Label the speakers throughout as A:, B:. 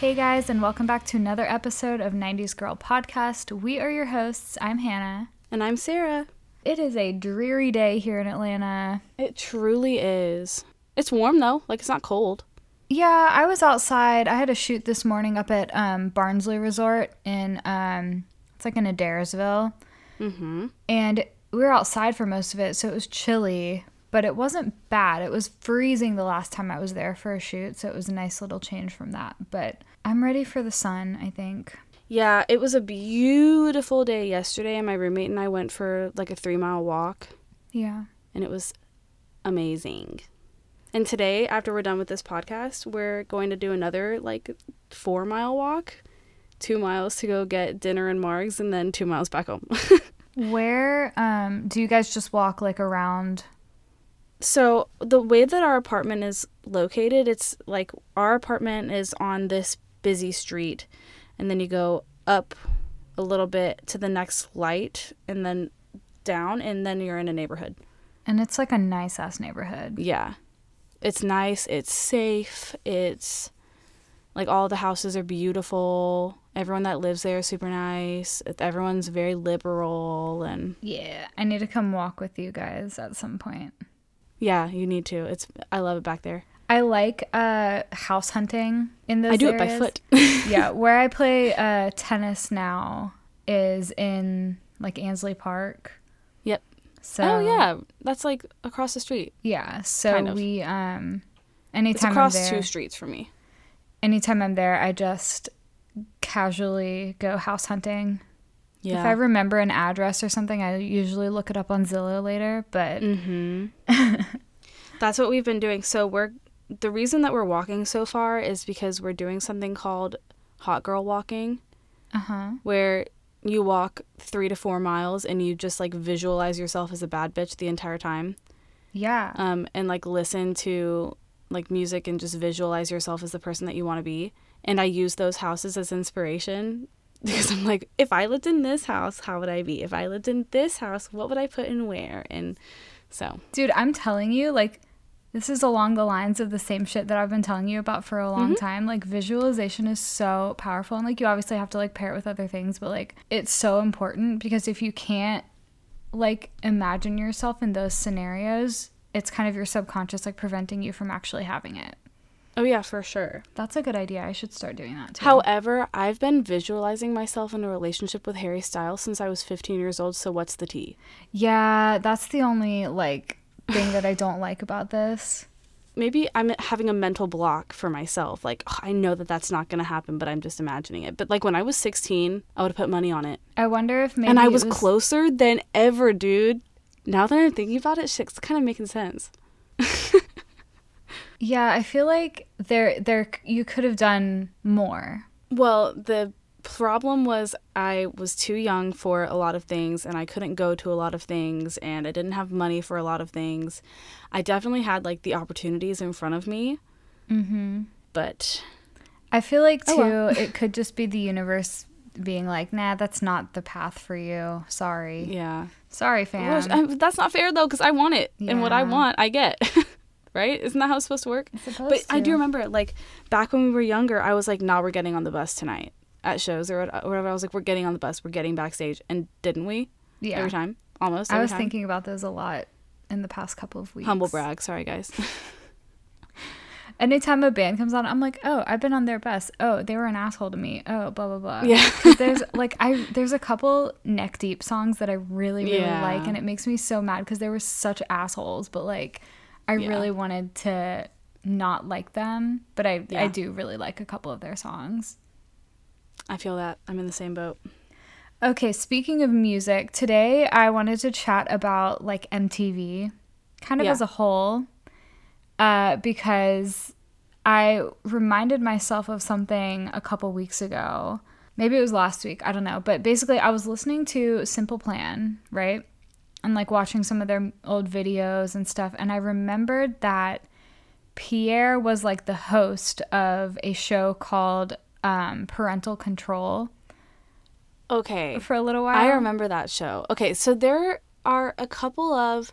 A: Hey guys, and welcome back to another episode of 90s Girl Podcast. We are your hosts. I'm Hannah.
B: And I'm Sarah.
A: It is a dreary day here in Atlanta.
B: It truly is. It's warm though, like it's not cold.
A: Yeah, I was outside. I had a shoot this morning up at um, Barnsley Resort in, um, it's like in Adairsville.
B: Mm-hmm.
A: And we were outside for most of it, so it was chilly, but it wasn't bad. It was freezing the last time I was there for a shoot, so it was a nice little change from that. But I'm ready for the sun, I think.
B: Yeah, it was a beautiful day yesterday, and my roommate and I went for like a three mile walk,
A: Yeah.
B: and it was amazing. And today, after we're done with this podcast, we're going to do another like four mile walk, two miles to go get dinner and Margs, and then two miles back home.
A: Where um, do you guys just walk like around?
B: So the way that our apartment is located, it's like our apartment is on this busy street, and then you go up a little bit to the next light, and then down, and then you're in a neighborhood.
A: And it's like a nice ass neighborhood.
B: Yeah, it's nice. It's safe. It's like all the houses are beautiful. Everyone that lives there is super nice. Everyone's very liberal, and
A: Yeah. I need to come walk with you guys at some point.
B: yeah, you need to. It's I love it back there.
A: I like uh, house hunting in those
B: I do it by
A: areas.
B: foot.
A: yeah. Where I play uh, tennis now is in like Ansley Park.
B: Yep.
A: So,
B: oh yeah, that's like across the street.
A: Yeah. So
B: Kind of.
A: we, um,
B: It's
A: anytime I'm
B: across
A: there,
B: two streets for me.
A: anytime I'm there, I just casually go house hunting. If I remember an address or something, I usually look it up on Zillow later, but
B: mm-hmm. That's what we've been doing. So we're the reason that we're walking so far is because we're doing something called hot girl walking,
A: uh-huh.
B: where you walk three to four miles and you just like visualize yourself as a bad bitch the entire time,
A: Yeah.
B: um, and like listen to like music and just visualize yourself as the person that you want to be. And I use those houses as inspiration because I'm like, if I lived in this house, how would I be? If I lived in this house, what would I put in where? And so
A: Dude, I'm telling you, like, this is along the lines of the same shit that I've been telling you about for a long time. Like, visualization is so powerful. And, like, you obviously have to, like, pair it with other things, but, like, it's so important because if you can't, like, imagine yourself in those scenarios, it's kind of your subconscious, like, preventing you from actually having it.
B: Oh yeah, for sure.
A: That's a good idea. I should start doing that too.
B: However, I've been visualizing myself in a relationship with Harry Styles since I was 15 years old, so what's the tea?
A: Yeah, that's the only, like, thing that I don't like about this.
B: Maybe I'm having a mental block for myself. Like, "Ugh, I know that that's not going to happen, but I'm just imagining it. But like when I was 16, I would have put money on it.
A: I wonder if maybe.
B: and I
A: it
B: was, closer than ever, dude. Now that I'm thinking about it, shit's kind of making sense.
A: Yeah, I feel like there there you could have done more.
B: Well, the problem was I was too young for a lot of things and I couldn't go to a lot of things and I didn't have money for a lot of things. I definitely had like the opportunities in front of me,
A: Mhm.
B: but
A: I feel like too
B: Mm-hmm. Oh, well.
A: it could just be the universe being like, "Nah, that's not the path for you. Sorry.
B: yeah.
A: Sorry, fam."
B: Well, I- that's not fair though cuz I want it and what I
A: Yeah.
B: want, I get. right? Isn't that how it's supposed to work?
A: It's supposed
B: But I do
A: to.
B: remember like back when we were younger, I was like, "Nah, we're getting on the bus tonight." At shows or what- or whatever, I was like, "We're getting on the bus. We're getting backstage," and didn't we?
A: yeah.
B: Every time, almost.
A: I
B: every
A: was
B: time.
A: thinking about those a lot in the past couple of weeks.
B: humble brag. Sorry, guys.
A: Anytime a band comes on, I'm like, "Oh, I've been on their best. Oh, they were an asshole to me. Oh, blah blah blah."
B: Yeah.
A: 'Cause there's like I there's a couple neck deep songs that I really really
B: Yeah.
A: like, and it makes me so mad because they were such assholes. But like, I
B: Yeah.
A: really wanted to not like them, but I I
B: Yeah.
A: do really like a couple of their songs.
B: I feel that. I'm in the same boat.
A: Okay, speaking of music, today I wanted to chat about like MTV kind of
B: Yeah.
A: as a whole uh, because I reminded myself of something a couple weeks ago. Maybe it was last week, I don't know. But basically, I was listening to Simple Plan, right? and like watching some of their old videos and stuff. And I remembered that Pierre was like the host of a show called um, Parental Control
B: Okay.
A: for a little while.
B: I remember that show. Okay, so there are a couple of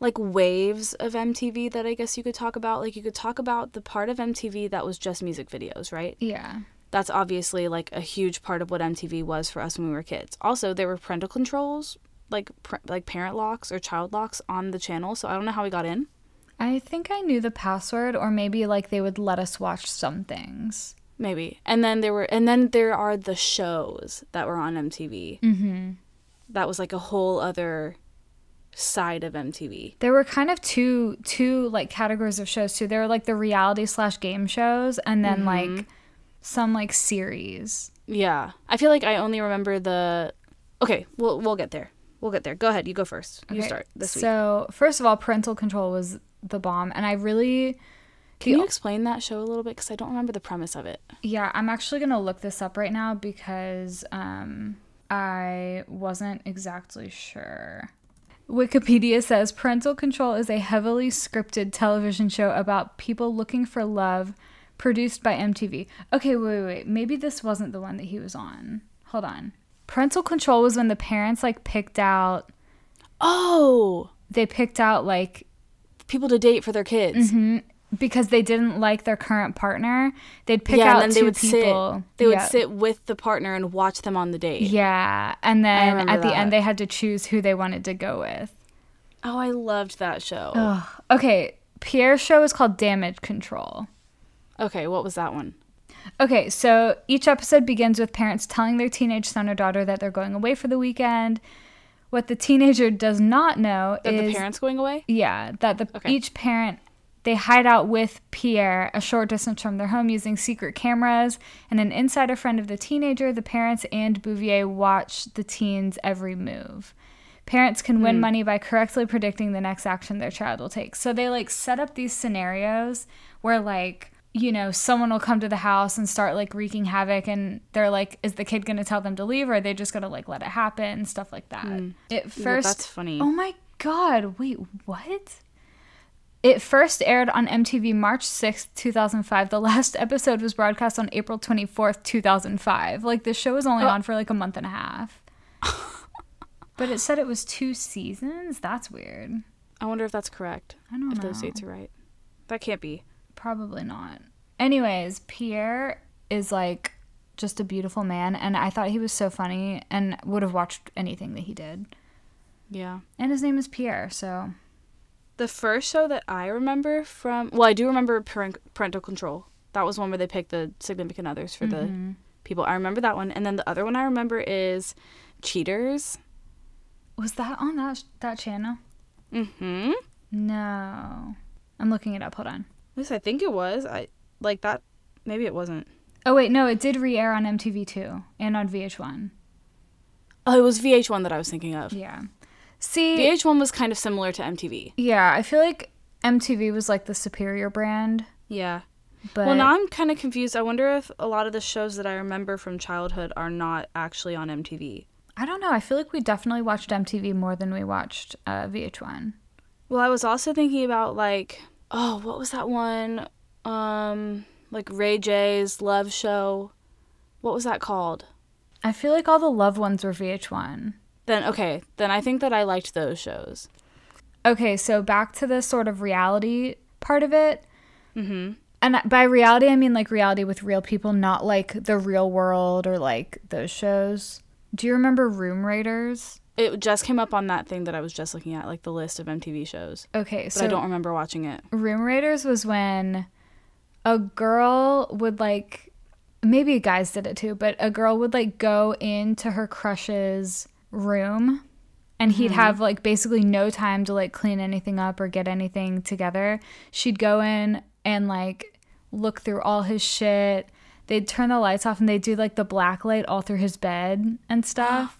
B: like waves of MTV that I guess you could talk about. Like you could talk about the part of MTV that was just music videos, right?
A: Yeah.
B: That's obviously like a huge part of what MTV was for us when we were kids. Also, there were parental controls, like pr- like parent locks or child locks on the channel, so I don't know how we got in.
A: I think I knew the password, or maybe like they would let us watch some things.
B: Maybe. And then there were and then there are the shows that were on MTV. Mhm.
A: Mm-hmm.
B: That was like a whole other side of MTV.
A: There were kind of two two like categories of shows too. There were like the reality slash game shows, and then
B: Mm-hmm.
A: like some like series.
B: Yeah. I feel like I only remember the Okay, we'll we'll get there. We'll get there. Go ahead, you go first. You
A: Okay,
B: start this week.
A: So first of all, parental control was the bomb, and I really
B: Can you explain that show a little bit cuz I don't remember the premise of it.
A: Yeah, I'm actually gonna look this up right now because um, I wasn't exactly sure. Wikipedia says Parental Control is a heavily scripted television show about people looking for love produced by MTV. Okay, wait, wait, wait. Maybe this wasn't the one that he was on. Hold on. Parental Control was when the parents like picked out,
B: Oh,
A: they picked out like
B: people to date for their kids.
A: because they didn't like their current partner, they'd pick
B: Yeah,
A: out
B: and then
A: two
B: they would
A: people.
B: sit. They would
A: Yeah.
B: sit with the partner and watch them on the date.
A: Yeah, and then
B: remember
A: at the
B: that.
A: end they had to choose who they wanted to go with.
B: Oh, I loved that show.
A: Ugh. Okay, Pierre's show is called Damage Control.
B: Okay, what was that one?
A: Okay, so each episode begins with parents telling their teenage son or daughter that they're going away for the weekend. What the teenager does not know
B: That
A: is
B: the parents going away?
A: yeah, that the
B: Okay.
A: each parent they hide out with Pierre a short distance from their home using secret cameras and an insider friend of the teenager. The parents and Bouvier watch the teens every move. Parents can
B: Hmm.
A: win money by correctly predicting the next action their child will take. So they like set up these scenarios where like you know someone will come to the house and start like wreaking havoc and they're like is the kid going to tell them to leave or are they just going to like let it happen stuff like that. It first
B: Hmm. that's funny.
A: Oh my god, wait, what? It first aired on MTV March 6th, 2005. The last episode was broadcast on April 24th, 2005. Like, the show was only on for like a month and a half. but it said it was two seasons? That's weird.
B: I wonder if that's correct.
A: I don't
B: if
A: know.
B: those dates are right. That can't be.
A: Probably not. Anyways, Pierre is like just a beautiful man, and I thought he was so funny and would have watched anything that he did.
B: Yeah.
A: And his name is Pierre, so
B: The first show that I remember from, well, I do remember parent, Parental Control. That was one where they picked the significant others for
A: Mm-hmm.
B: the people. I remember that one. And then the other one I remember is Cheaters.
A: was that on that that channel?
B: Mm-hmm.
A: No. I'm looking it up. Hold on.
B: At least I think it was. I like that. Maybe it wasn't.
A: Oh, wait, no, it did re air on MTV2 and on VH1.
B: Oh, it was VH1 that I was thinking of.
A: Yeah. See,
B: VH1 was kind of similar to MTV.
A: yeah, I feel like MTV was like the superior brand,
B: Yeah.
A: but
B: Well, now I'm kind of confused. I wonder if a lot of the shows that I remember from childhood are not actually on MTV.
A: I don't know. I feel like we definitely watched MTV more than we watched uh, VH1.
B: Well, I was also thinking about like, oh, what was that one? Um, like Ray J's love show. What was that called?
A: I feel like all the loved ones were VH1.
B: Then okay, then I think that I liked those shows.
A: Okay, so back to the sort of reality part of it. Mm-hmm. And by reality, I mean like reality with real people, not like the real world or like those shows. Do you remember Room Raiders?
B: It just came up on that thing that I was just looking at, like the list of MTV shows.
A: Okay,
B: But I
A: so
B: don't remember watching it.
A: Room Raiders was when a girl would like, maybe guys did it too, but a girl would like go into her crush's room and he'd have like basically no time to like clean anything up or get anything together. She'd go in and like look through all his shit. They'd turn the lights off and they'd do like the black light all through his bed and stuff.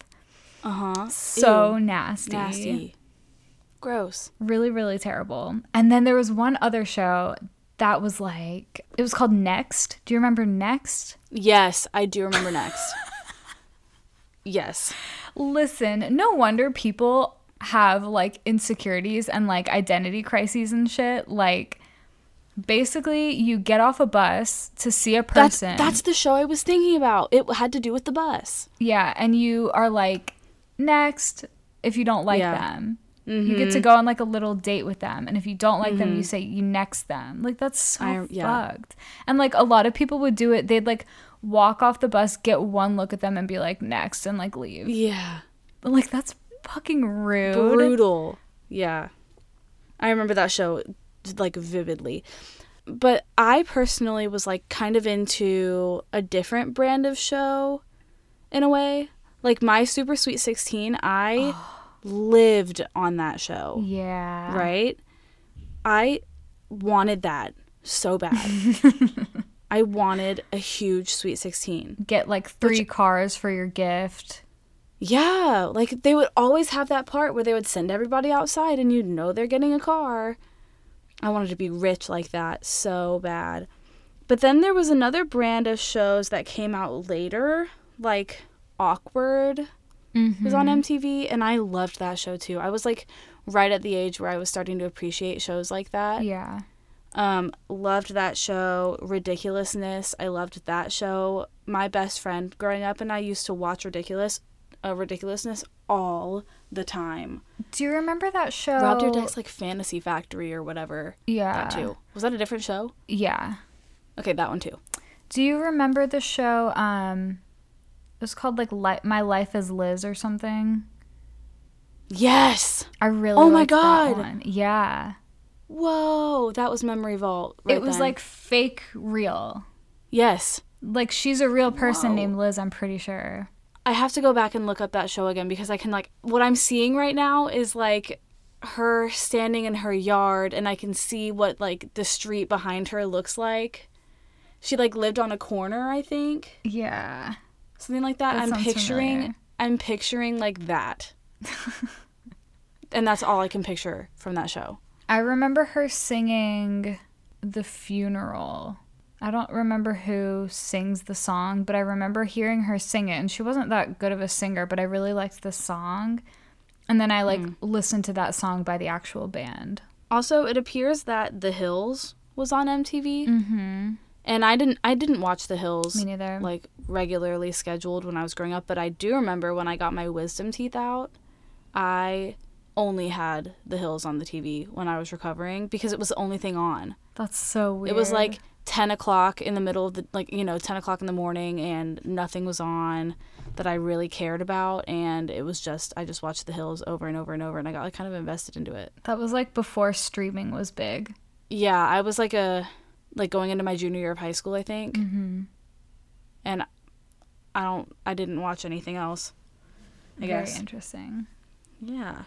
B: Uh
A: Uh-huh.
B: huh.
A: So
B: Nasty. Gross.
A: really really terrible and then there was one other show that was like it was called next do you remember next
B: Yes, I do remember next. yes.
A: listen no wonder people have like insecurities and like identity crises and shit, like basically you get off a bus to see a
B: That's
A: person.
B: that's the show I was thinking about. It had to do with the bus.
A: yeah, and you are like next if you don't like
B: Yeah. Mm-hmm.
A: them. You get to go on like a little date with them, and if you don't like them, you say you next them. Like that's so
B: I- yeah.
A: fucked. And like a lot of people would do it. They'd like walk off the bus, get one look at them, and be like next, and like leave.
B: Yeah.
A: But, like that's fucking rude.
B: brutal. Yeah. I remember that show like vividly. But I personally was like kind of into a different brand of show in a way. Like my Super Sweet 16, I lived on that show,
A: Yeah.
B: right? I wanted that so bad. I wanted a huge Sweet 16.
A: Get like three cars for your gift.
B: Yeah, like they would always have that part where they would send everybody outside and you'd know they're getting a car. I wanted to be rich like that so bad. But then there was another brand of shows that came out later, like Awkward
A: Mm-hmm.
B: was on MTV, and I loved that show too. I was like right at the age where I was starting to appreciate shows like that.
A: Yeah.
B: Um, loved that show. Ridiculousness. I loved that show. My best friend growing up and I used to watch Ridiculous, uh, Ridiculousness all the time.
A: Do you remember that show?
B: Rob Dyrdek's like Fantasy Factory or whatever.
A: Oh. yeah.
B: That too. Was that a different show?
A: Yeah.
B: Okay, that one too.
A: Do you remember the show? Um, it was called like Li- My Life as Liz or something.
B: Yes.
A: I really.
B: Oh my
A: liked that
B: God.
A: one. Yeah.
B: Whoa, that was Memory Vault. Right
A: it was
B: then.
A: like fake real.
B: yes.
A: Like she's a real person
B: Whoa.
A: named Liz. I'm pretty sure.
B: I have to go back and look up that show again because I can like what I'm seeing right now is like her standing in her yard and I can see what like the street behind her looks like. She like lived on a corner, I think.
A: Yeah.
B: Something like that.
A: That
B: I'm
A: sounds
B: picturing
A: familiar.
B: I'm picturing like that. and that's all I can picture from that show.
A: I remember her singing The Funeral. I don't remember who sings the song, but I remember hearing her sing it and she wasn't that good of a singer, but I really liked the song. And then I like
B: Hmm.
A: listened to that song by the actual band.
B: Also, it appears that The Hills was on MTV. Mhm. And I didn't I didn't watch The Hills.
A: Mm-hmm. Me neither.
B: like regularly scheduled when I was growing up, but I do remember when I got my wisdom teeth out, I only had The Hills on the TV when I was recovering because it was the only thing on.
A: That's so weird.
B: It was like 10 o'clock in the middle of the, like, you know, 10 o'clock in the morning and nothing was on that I really cared about. And it was just, I just watched The Hills over and over and over and I got like kind of invested into it.
A: that was like before streaming was big.
B: Yeah, I was like a, like going into my junior year of high school, I think.
A: Mhm.
B: And I don't, I didn't watch anything else. I guess.
A: Very interesting.
B: Yeah.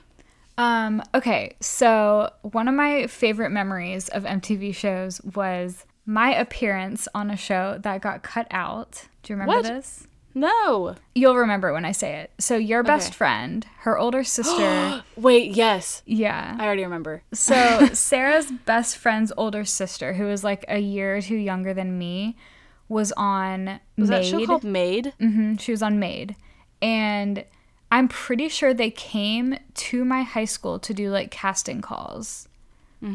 A: Um, okay, so one of my favorite memories of MTV shows was my appearance on a show that got cut out. Do you remember
B: What?
A: this?
B: No.
A: You'll remember when I say it. So your best
B: Okay.
A: friend, her older sister,
B: Wait, yes.
A: yeah.
B: I already remember.
A: So Sarah's best friend's older sister, who was like a year or two younger than me, was on
B: Was
A: Made.
B: that show called Made?
A: hmm She was on Made. And I'm pretty sure they came to my high school to do like casting calls.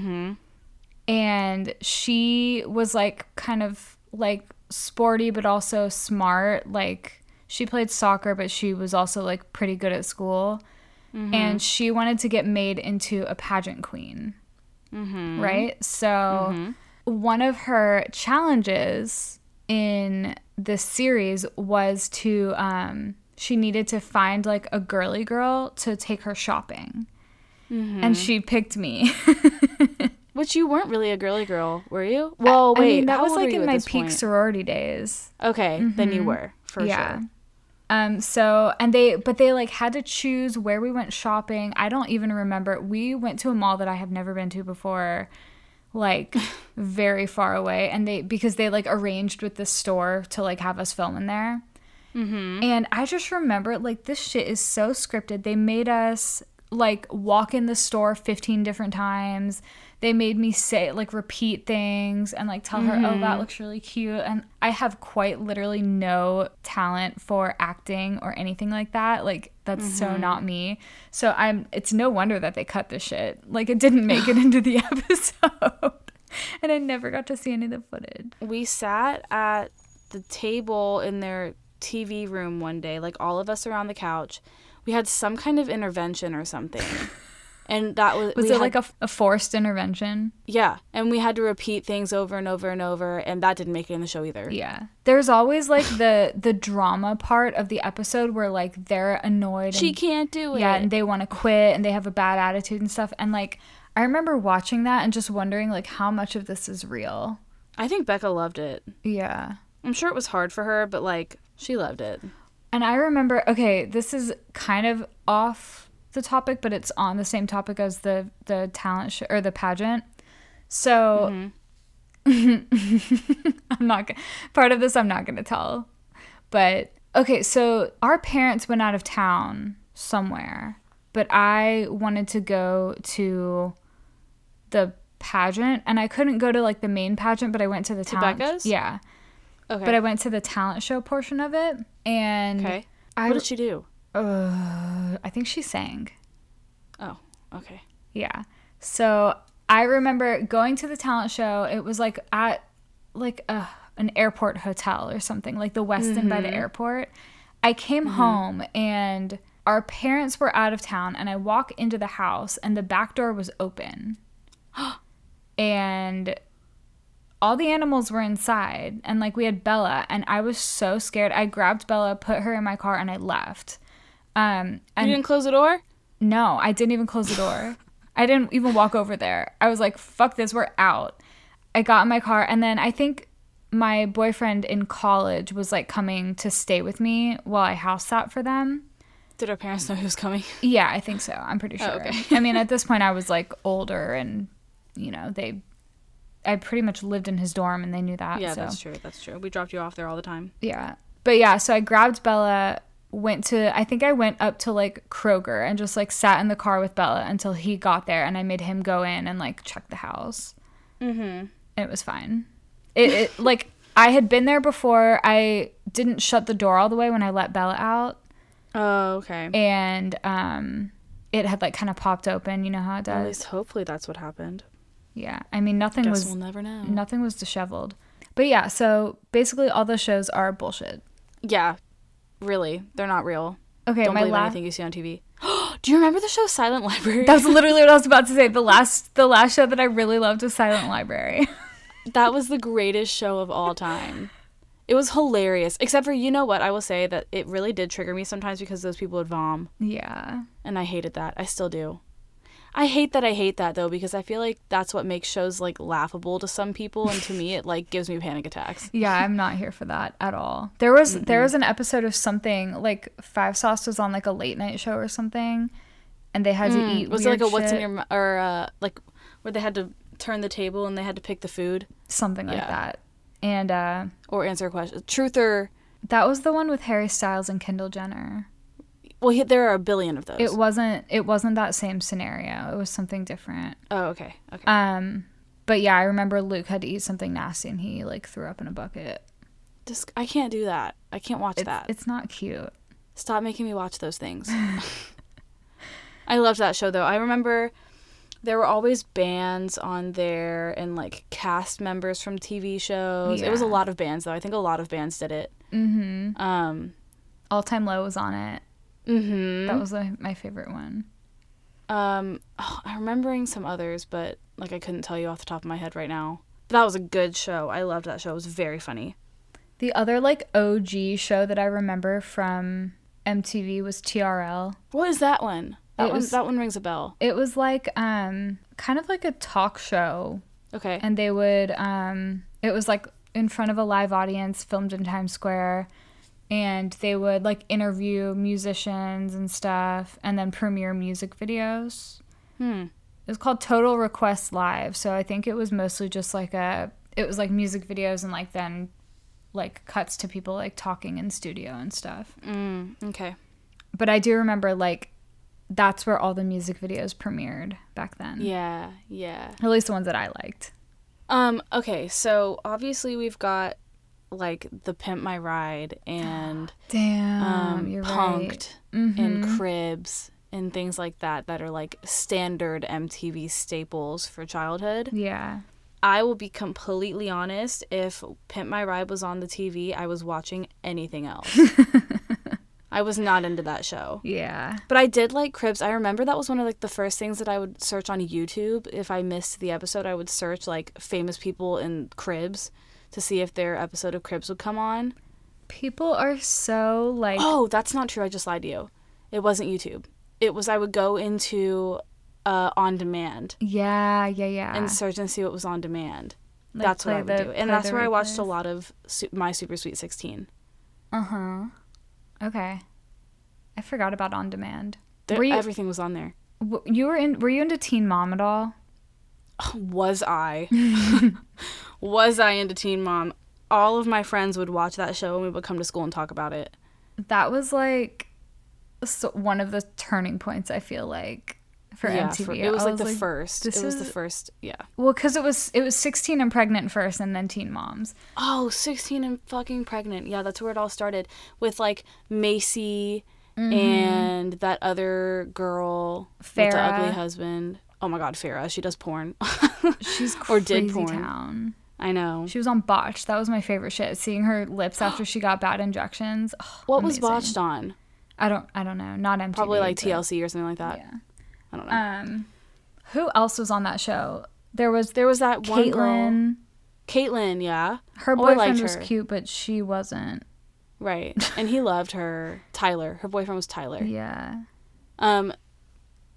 A: Mm-hmm. And she was like kind of like sporty, but also smart. Like she played soccer, but she was also like pretty good at school. And she wanted to get made into a pageant queen. Right? So one of her challenges in this series was to um she needed to find like a girly girl to take her shopping
B: Mm-hmm.
A: and she picked me
B: Which you weren't really a girly girl, were you? Well,
A: I
B: Oh, wait.
A: mean, that
B: how
A: was
B: old
A: like
B: were you
A: in
B: at
A: my
B: this
A: peak
B: point?
A: sorority days
B: Okay, then you were for
A: yeah
B: sure.
A: um so and they but they like had to choose where we went shopping i don't even remember we went to a mall that i have never been to before like very far away and they because they like arranged with the store to like have us film in there And I just remember, like, this shit is so scripted. They made us like walk in the store 15 different times. They made me say like repeat things and like tell her, "Oh, that looks really cute." And I have quite literally no talent for acting or anything like that. Like that's so not me. So I'm it's no wonder that they cut the shit. Like it didn't make it into the episode. and I never got to see any of the footage.
B: we sat at the table in their TV room one day, like all of us around the couch. We had some kind of intervention or something. And that was
A: Was it like a, a forced intervention?
B: yeah, and we had to repeat things over and over and over, and that didn't make it in the show either.
A: Yeah. There's always like the the drama part of the episode where like they're annoyed
B: She
A: and,
B: can't do it.
A: yeah, and they want to quit and they have a bad attitude and stuff and like I remember watching that and just wondering like how much of this is real.
B: I think Becca loved it.
A: Yeah.
B: I'm sure it was hard for her, but like she loved it.
A: And I remember, okay, this is kind of off the topic, but it's on the same topic as the the talent sh- or the pageant. So I'm not gonna, part of this. I'm not going to tell. But okay, so our parents went out of town somewhere, but I wanted to go to the pageant, and I couldn't go to like the main pageant, but I went to the talent.
B: Becca's?
A: Yeah,
B: Okay.
A: but I went to the talent show portion of it, and
B: okay.
A: I
B: what did she do?
A: uh, I think she sang.
B: Oh, okay.
A: Yeah. So I remember going to the talent show. It was like at like a, an airport hotel or something, like the Westin by the airport. I came home and our parents were out of town, and I walk into the house, and the back door was open, and all the animals were inside, and like we had Bella, and I was so scared. I grabbed Bella, put her in my car, and I left. Um, and
B: You didn't close the door?
A: no, I didn't even close the door. I didn't even walk over there. I was like, fuck this, we're out. I got in my car, and then I think my boyfriend in college was like coming to stay with me while I house sat for them.
B: Did her parents know he was coming?
A: Yeah, I think so. I'm pretty sure.
B: Oh, okay.
A: I mean, at this point, I was like older, and you know, they, I pretty much lived in his dorm, and they knew that.
B: Yeah,
A: so.
B: that's true. That's true. We dropped you off there all the time.
A: Yeah. But yeah, so I grabbed Bella, went to I think I went up to like Kroger and just like sat in the car with Bella until he got there and I made him go in and like check the house. Mhm. It was fine. It, it like I had been there before. I didn't shut the door all the way when I let Bella out
B: Oh, okay.
A: and um it had like kind of popped open, you know how it
B: At
A: does.
B: least hopefully that's what happened.
A: Yeah. I mean nothing
B: Guess
A: was
B: we'll never know.
A: nothing was disheveled. But yeah, so basically all those shows are bullshit.
B: Yeah, really, they're not real.
A: Okay,
B: Don't
A: my
B: believe
A: last
B: anything you see on TV. Do you remember the show Silent Library?
A: That's literally what I was about to say. The last the last show that I really loved was Silent Library.
B: that was the greatest show of all time. It was hilarious. Except for you know what? I will say that it really did trigger me sometimes because those people would vom,
A: yeah.
B: and I hated that. I still do. I hate that I hate that though because I feel like that's what makes shows like laughable to some people and to me it like gives me panic attacks.
A: Yeah, I'm not here for that at all. There was there was an episode of something like Five Sauce was on like a late night show or something and they had to eat
B: Mm. Was it like a what's in your mou- or uh, like where they had to turn the table and they had to pick the food
A: something like
B: Yeah.
A: that. And uh
B: or answer questions. Truth or
A: that was the one with Harry Styles and Kendall Jenner.
B: well, he, there are a billion of those.
A: It wasn't it wasn't that same scenario. It was something different.
B: oh, okay, okay.
A: Um but yeah, I remember Luke had to eat something nasty and he like threw up in a bucket.
B: Just I can't do that. I can't watch that.
A: It's not cute.
B: Stop making me watch those things. I loved that show though. I remember there were always bands on there and like cast members from TV shows. It was a
A: Yeah.
B: lot of bands though. I think a lot of bands did it.
A: Mhm.
B: Um
A: All Time Low was on it.
B: mhm.
A: That was like, my favorite one.
B: Um oh, I'm remembering some others, but like I couldn't tell you off the top of my head right now. But that was a good show. I loved that show. It was very funny.
A: The other like OG show that I remember from MTV was TRL.
B: What is that one? That
A: It
B: one
A: was-
B: that one rings a bell.
A: It was like um kind of like a talk show
B: Okay.
A: and they would um it was like in front of a live audience filmed in Times Square and they would like interview musicians and stuff and then premiere music videos.
B: Hmm.
A: It was called Total Request Live. So I think it was mostly just like a it was like music videos and like then like cuts to people like talking in studio and stuff.
B: Mm, okay.
A: But I do remember like that's where all the music videos premiered back then.
B: Yeah, yeah.
A: At least the ones that I liked.
B: Um, okay, so obviously we've got like the Pimp My Ride and
A: Damn,
B: um,
A: you're
B: Punked
A: right. Mm-hmm.
B: and Cribs and things like that that are like standard MTV staples for childhood.
A: Yeah.
B: I will be completely honest, if Pimp My Ride was on the TV, I was watching anything else. I was not into that show.
A: Yeah.
B: But I did like Cribs. I remember that was one of like the first things that I would search on YouTube. If I missed the episode, I would search like famous people in Cribs to see if their episode of Cribs would come on.
A: People are so like
B: Oh, that's not true. I just lied to you. It wasn't YouTube. It was I would go into uh, on demand
A: Yeah, yeah, yeah.
B: and search and see what was on demand.
A: Like,
B: that's what
A: play
B: I would
A: the-
B: do, and
A: play
B: that's
A: the
B: where I watched a
A: replays.
B: lot of su- my Super Sweet Sixteen.
A: uh-huh. Okay. I forgot about on demand.
B: There,
A: Were you-
B: everything was on there.
A: W- You were in were you into Teen Mom at all?
B: was I? was I into Teen Mom? All of my friends would watch that show and we would come to school and talk about it.
A: That was like so, one of the turning points I feel like for MTV.
B: for- it was
A: I
B: like the first. It
A: this
B: was the
A: is-
B: first. Yeah.
A: Well, cuz it was it was 16 and pregnant first and then Teen Moms.
B: Oh, 16 and fucking pregnant. Yeah, that's where it all started with like Macy
A: Mm-hmm.
B: and that other girl with the ugly
A: Farrah.
B: husband. Oh my god, Farah. She does porn.
A: She's crazy
B: Or did porn.
A: town.
B: I know.
A: She was on Botch. That was my favorite shit. Seeing her lips after she got bad injections. Ugh,
B: What was
A: amazing.
B: botched on?
A: I don't. I don't know. Not MTV.
B: Probably like
A: but-
B: TLC or something like that.
A: Yeah.
B: I don't know.
A: Um, who else was on that show? There was
B: there was that one girl.
A: Caitlyn.
B: Caitlyn, yeah.
A: Her
B: Oh, I liked
A: boyfriend was
B: her.
A: cute, but she wasn't.
B: Right. And he loved her. Tyler. Her boyfriend was Tyler.
A: Yeah.
B: Um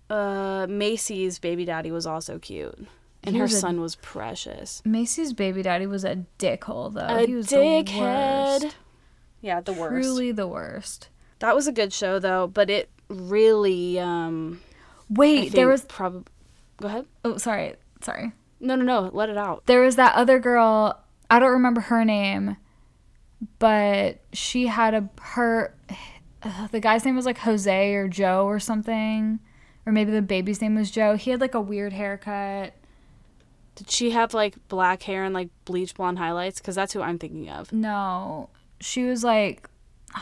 B: uh Macy's baby daddy was also cute. And
A: He
B: her
A: was a-
B: son was precious.
A: Macy's baby daddy was a dickhole though.
B: a
A: Oh, he was
B: dickhead.
A: The worst.
B: Yeah, the worst.
A: Truly the worst.
B: That was a good show though, but it really um I
A: Wait, there
B: think
A: was.
B: prob- Go ahead.
A: Oh, sorry. Sorry.
B: No, no, no. Let it out.
A: there was that other girl i don't remember her name but she had a her uh, the guy's name was like jose or joe or something or maybe the baby's name was joe he had like a weird haircut
B: Did she have like black hair and like bleach blonde highlights cuz that's who I'm thinking of.
A: no she was like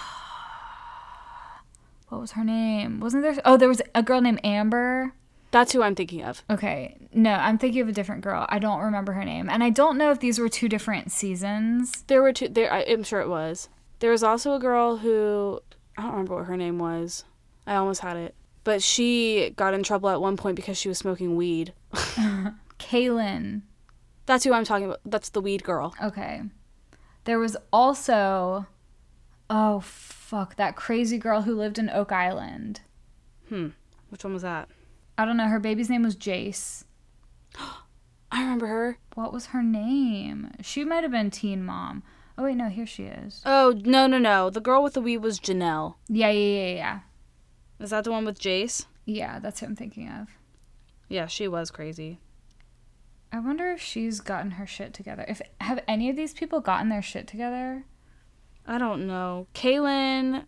A: what was her name wasn't there oh there was a girl named amber
B: That's who I'm thinking of.
A: okay no i'm thinking of a different girl i don't remember her name and i don't know if these were two different seasons
B: There were two there I, I'm sure it was. There was also a girl who I don't remember what her name was. I almost had it. But she got in trouble at one point because she was smoking weed.
A: kaylin
B: That's who I'm talking about. That's the weed girl.
A: Okay. There was also oh fuck that crazy girl who lived in Oak Island.
B: Which one was that?
A: I don't know her baby's name was Jace.
B: I remember her.
A: What was her name? She might have been Teen Mom. Oh wait, no, here she is.
B: Oh, no, no, no. The girl with the weed was Janelle.
A: Yeah, yeah, yeah, yeah.
B: Is that the one with Jace?
A: Yeah, that's who I'm thinking of.
B: Yeah, she was crazy.
A: I wonder if she's gotten her shit together. If have any of these people gotten their shit together?
B: I don't know. Kaylin,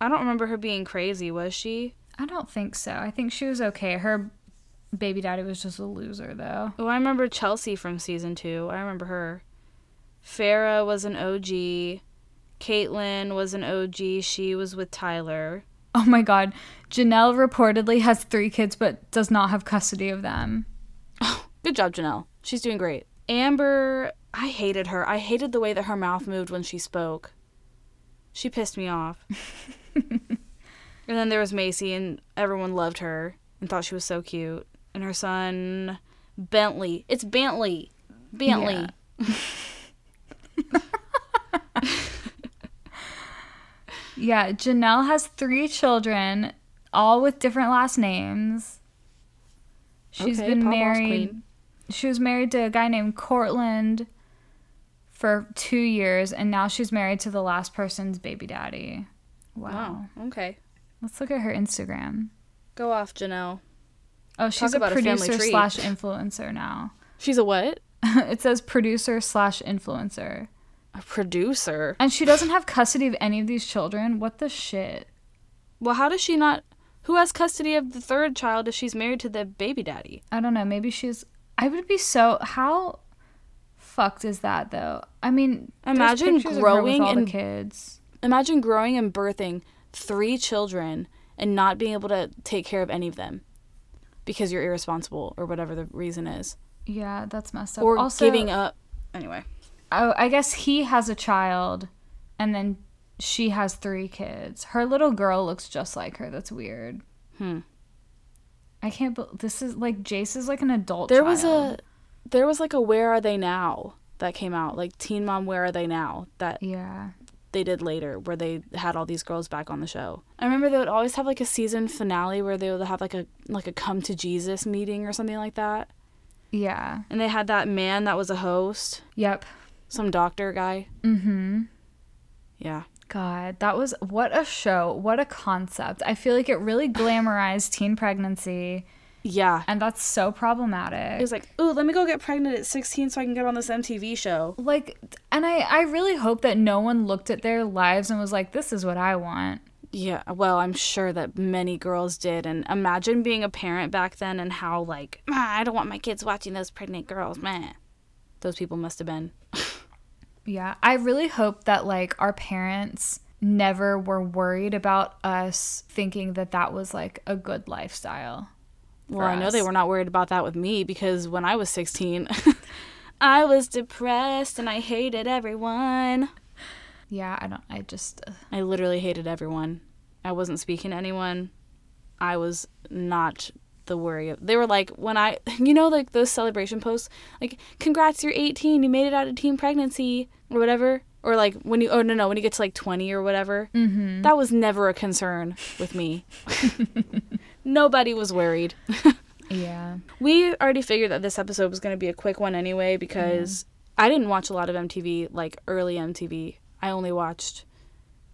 B: I don't remember her being crazy, was she?
A: I don't think so. I think she was okay. Her baby daddy was just a loser though.
B: Oh, I remember Chelsea from season two. I remember her. Farah was an OG. Caitlin was an OG. She was with Tyler.
A: Oh my god. Janelle reportedly has three kids but does not have custody of them.
B: Good job, Janelle. She's doing great. Amber, I hated her. I hated the way that her mouth moved when she spoke. She pissed me off. and then there was Macy, and everyone loved her and thought she was so cute. And her son, Bentley. It's Bentley. Bentley.
A: Yeah. Yeah, Janelle has three children, all with different last names. She's
B: Okay,
A: been
B: pop off
A: married.
B: queen.
A: She was married to a guy named Cortland for two years, and now she's married to the last person's baby daddy. Wow.
B: Wow. Oh, Okay.
A: Let's look at her Instagram.
B: Go off, Janelle.
A: Oh, she's a
B: about a family
A: producer
B: tree.
A: slash influencer now.
B: She's a what?
A: it says producer slash influencer.
B: A producer.
A: And she doesn't have custody of any of these children. What the shit?
B: Well, how does she not? Who has custody of the third child if she's married to the baby daddy?
A: I don't know. Maybe she's. I would be so. How fucked is that though? I mean, there's
B: Imagine
A: pictures of her with
B: growing
A: all the
B: and-
A: kids.
B: Imagine growing and birthing three children and not being able to take care of any of them because you're irresponsible or whatever the reason is.
A: Yeah, that's messed up.
B: Or
A: also,
B: giving up. Anyway.
A: Oh, I guess he has a child, and then she has three kids. Her little girl looks just like her. That's weird.
B: Hmm.
A: I can't. bel this is like Jace is like an adult.
B: There was
A: child.
B: a there was like a where are they now that came out like Teen Mom Where Are They Now that
A: yeah.
B: they did later where they had all these girls back on the show. I remember they would always have like a season finale where they would have like a like a come to Jesus meeting or something like that.
A: Yeah.
B: And they had that man that was a host,
A: Yep.
B: some doctor guy.
A: Mm-hmm.
B: Yeah.
A: God, that was what a show. What a concept. I feel like it really glamorized teen pregnancy,
B: Yeah.
A: and that's so problematic.
B: It was like, "Ooh, let me go get pregnant at 16 so I can get on this MTV show."
A: like, and I, I really hope that no one looked at their lives and was like, "This is what I want."
B: Yeah, well, I'm sure that many girls did. And imagine being a parent back then and how, like, "Ah, I don't want my kids watching those pregnant girls. Meh. Those people must have been.
A: Yeah, I really hope that like our parents never were worried about us thinking that that was like a good lifestyle.
B: Well, I know they
A: us.
B: were not worried about that with me because when I was 16, I was depressed and I hated everyone.
A: Yeah, I don't I just ugh.
B: I literally hated everyone. I wasn't speaking to anyone. I was not the worry of. They were like, when I, you know, like those celebration posts, like, congrats, you're 18, you made it out of teen pregnancy or whatever. Or like when you, oh no, no, when you get to like 20 or whatever. Mm-hmm. That was never a concern with me. Nobody was worried.
A: yeah.
B: We already figured that this episode was going to be a quick one anyway because I didn't watch a lot of MTV, like early MTV. I only watched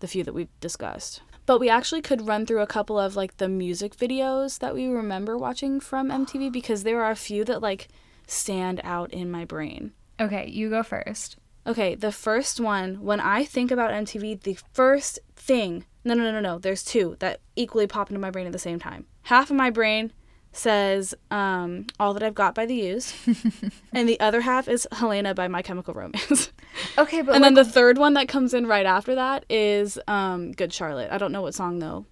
B: the few that we've discussed. But we actually could run through a couple of like the music videos that we remember watching from MTV because there are a few that like stand out in my brain.
A: Okay, you go first.
B: Okay, the first one, when I think about MTV, the first thing, no, no, no, no, no, there's two that equally pop into my brain at the same time. Half of my brain says um, All That I've Got by The Used, and the other half is Helena by My Chemical Romance.
A: Okay, but like,
B: and then the third one that comes in right after that is um, Good Charlotte. I don't know what song though.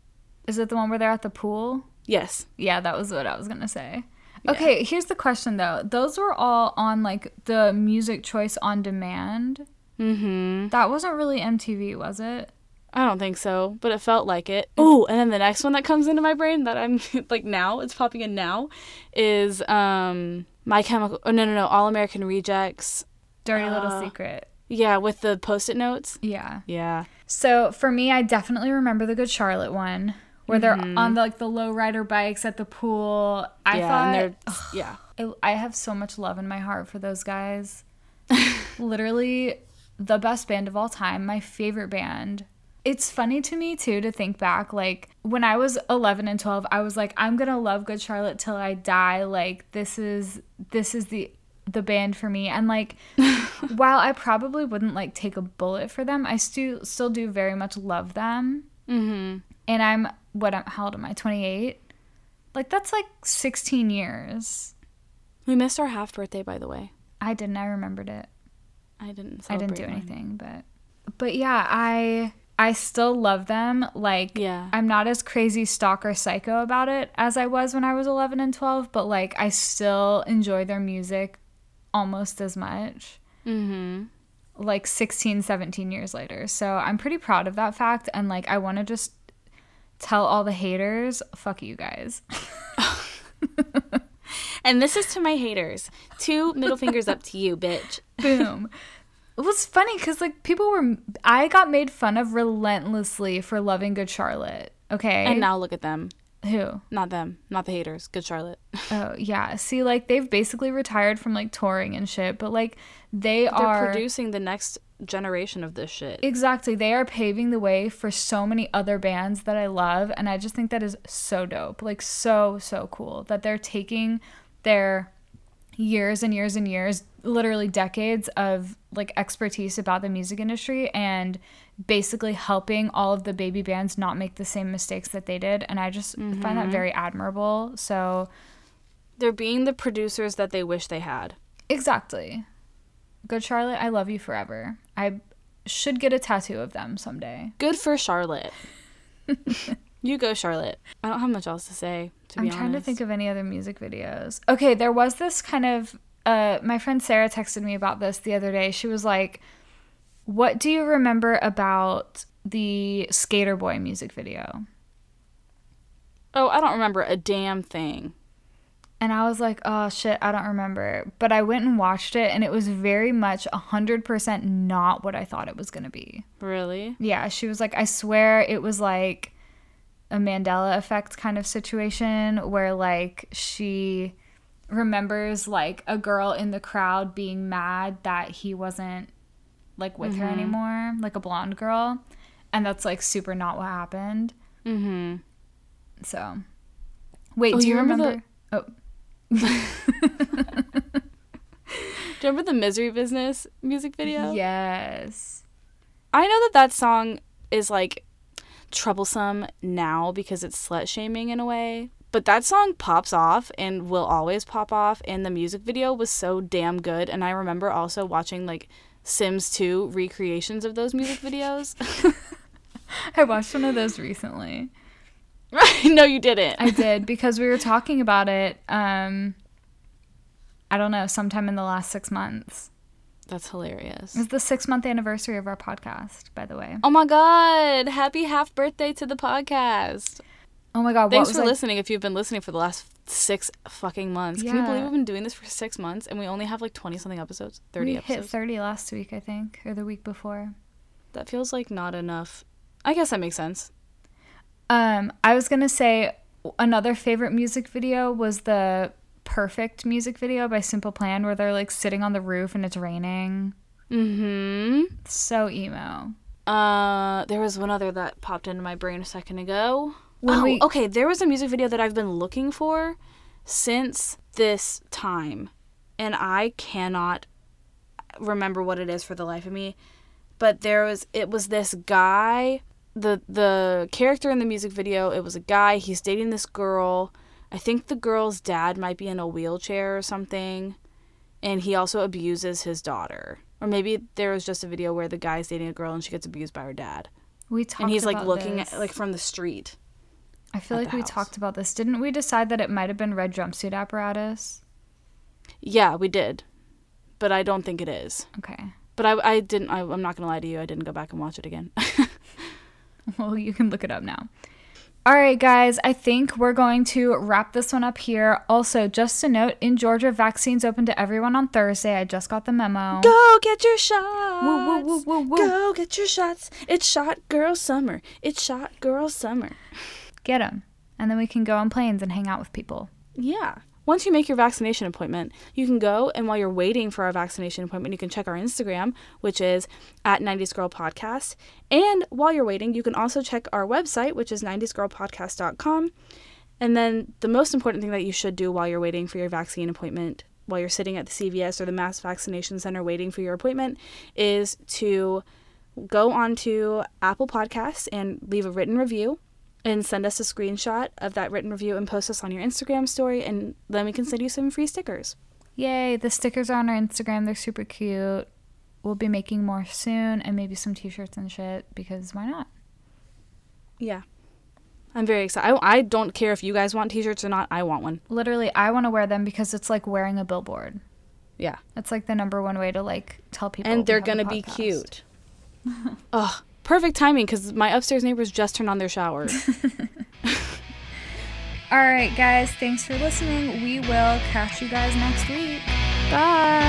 A: is it the one where they're at the pool?
B: Yes.
A: Yeah, that was what I was going to say. Okay, here's the question though. Those were all on like the music choice on demand.
B: Mm hmm.
A: That wasn't really MTV, was it?
B: I don't think so, but it felt like it. Ooh, and then the next one that comes into my brain that I'm like now, it's popping in now, is um My Chemical. Oh no no no, All American Rejects.
A: Dirty Little
B: Uh.
A: Secret.
B: Yeah, with the post-it notes.
A: Yeah.
B: Yeah.
A: So for me, I definitely remember the Good Charlotte one where they're on the, like the low rider bikes at the pool. I
B: Mm-hmm. yeah,
A: thought
B: and they're yeah.
A: I- I have so much love in my heart for those guys. Literally the best band of all time, my favorite band. It's funny to me too to think back like when I was 11 and 12, I was like I'm going to love Good Charlotte till I die. Like this is this is the the band for me and like while I probably wouldn't like take a bullet for them, I still still do very much love them.
B: Mhm.
A: And I'm what I'm how old am I? 28. Like that's like 16 years.
B: We missed our half birthday by the way.
A: I didn't. I remembered it.
B: I didn't
A: I
B: celebrate.
A: didn't do
B: mine.
A: anything, but but yeah, I I still love them. Like
B: Yeah.
A: I'm not as crazy stalker psycho about it as I was when I was 11 and 12, but like I still enjoy their music almost as much
B: Mhm.
A: like 16, 17 years later. So I'm pretty proud of that fact and like I want to just tell all the haters, fuck you guys.
B: And this is to my haters. Two middle fingers up to you, bitch.
A: boom. It was funny because like people were, I got made fun of relentlessly for loving Good Charlotte. Okay,
B: And now look at them.
A: who?
B: Not them. Not the haters. Good Charlotte.
A: Oh yeah, see, like they've basically retired from like touring and shit, but like they
B: They're
A: are
B: producing the next generation of this shit.
A: exactly they are paving the way for so many other bands that I love, and I just think that is so dope, like so so cool that they're taking their years and years and years, literally decades of like expertise about the music industry and basically helping all of the baby bands not make the same mistakes that they did. And I just find that very admirable. So,
B: They're being the producers that they wish they had.
A: exactly. Good Charlotte, I love you forever. I should get a tattoo of them someday.
B: Good for Charlotte. you go, Charlotte. I don't have much else to say, to
A: I'm
B: be
A: trying to
B: honest.
A: think of any other music videos. Okay, there was this kind of uh my friend Sarah texted me about this the other day. She was like, "What do you remember about the Skater Boy music video?"
B: Oh, I don't remember a damn thing.
A: And I was like, "Oh shit, I don't remember." But I went and watched it and it was very much 100% not what I thought it was going to be.
B: Really?
A: Yeah, she was like, I swear it was like a Mandela effect kind of situation where like she remembers like a girl in the crowd being mad that he wasn't like with her anymore, like a blonde girl. And that's like super not what happened.
B: Mm-hmm.
A: So, wait,
B: Oh,
A: do you
B: you remember
A: remember?
B: the-
A: Oh,
B: Do you remember the Misery Business music video?
A: yes.
B: I know that that song is like troublesome now because it's slut shaming in a way, but that song pops off and will always pop off. And the music video was so damn good. And I remember also watching like Sims 2 recreations of those music videos.
A: I watched one of those recently.
B: right? No, you didn't.
A: I did because we were talking about it. Um, I don't know, sometime in the last six months.
B: That's hilarious.
A: It's the six month anniversary of our podcast, by the way.
B: Oh my God. Happy half birthday to the podcast.
A: Oh my god!
B: Thanks
A: what was
B: for
A: I-
B: listening if you've been listening for the last six fucking months. Can you
A: Yeah.
B: believe we've been doing this for six months and we only have like 20 something episodes? 30
A: We
B: episodes?
A: hit thirty last week, I think, or the week before.
B: That feels like not enough. I guess that makes sense.
A: Um, I was gonna say another favorite music video was the "Perfect" music video by Simple Plan, where they're like sitting on the roof and it's raining.
B: hmm
A: So emo.
B: Uh, there was one other that popped into my brain a second ago.
A: When
B: oh,
A: we-
B: okay. There was a music video that I've been looking for since this time, and I cannot remember what it is for the life of me. But there was it was this guy, the the character in the music video. It was a guy. He's dating this girl. I think the girl's dad might be in a wheelchair or something. and he also abuses his daughter. Or maybe there was just a video where the guy's dating a girl and she gets abused by her dad,
A: We talked
B: and he's like
A: about
B: looking at
A: this.
B: like from the street.
A: I feel
B: at
A: like
B: the
A: we
B: house.
A: talked about this. Didn't we decide that it might have been Red Jumpsuit Apparatus?
B: Yeah, we did, but I don't think it is.
A: Okay.
B: But I, I didn't. I, I'm not gonna lie to you. I didn't go back and watch it again.
A: Well, you can look it up now. All right, guys, I think we're going to wrap this one up here. Also, just a note in Georgia, vaccines open to everyone on Thursday. I just got the memo.
B: go get your shots.
A: woo, woo, woo, woo.
B: Go get your shots. It's shot girl summer. It's shot girl summer.
A: Get them. And then we can go on planes and hang out with people.
B: Yeah. Once you make your vaccination appointment, you can go and while you're waiting for our vaccination appointment, you can check our Instagram, which is at 90s Girl Podcast. And while you're waiting, you can also check our website, which is 90sgirlpodcast.com. And then the most important thing that you should do while you're waiting for your vaccine appointment, while you're sitting at the CVS or the mass vaccination center waiting for your appointment, is to go onto Apple Podcasts and leave a written review and send us a screenshot of that written review and post us on your Instagram story, and then we can send you some free stickers.
A: Yay, the stickers are on our Instagram. They're super cute. We'll be making more soon and maybe some t shirts and shit because why not?
B: Yeah. I'm very excited. I, I don't care if you guys want t shirts or not. I want one.
A: Literally, I want to wear them because it's like wearing a billboard.
B: Yeah.
A: That's like the number one way to like tell people.
B: And
A: we
B: they're
A: have a
B: going to be
A: podcast.
B: cute. Ugh. Perfect timing because my upstairs neighbors just turned on their shower.
A: All right, guys, thanks for listening. We will catch you guys next week.
B: Bye.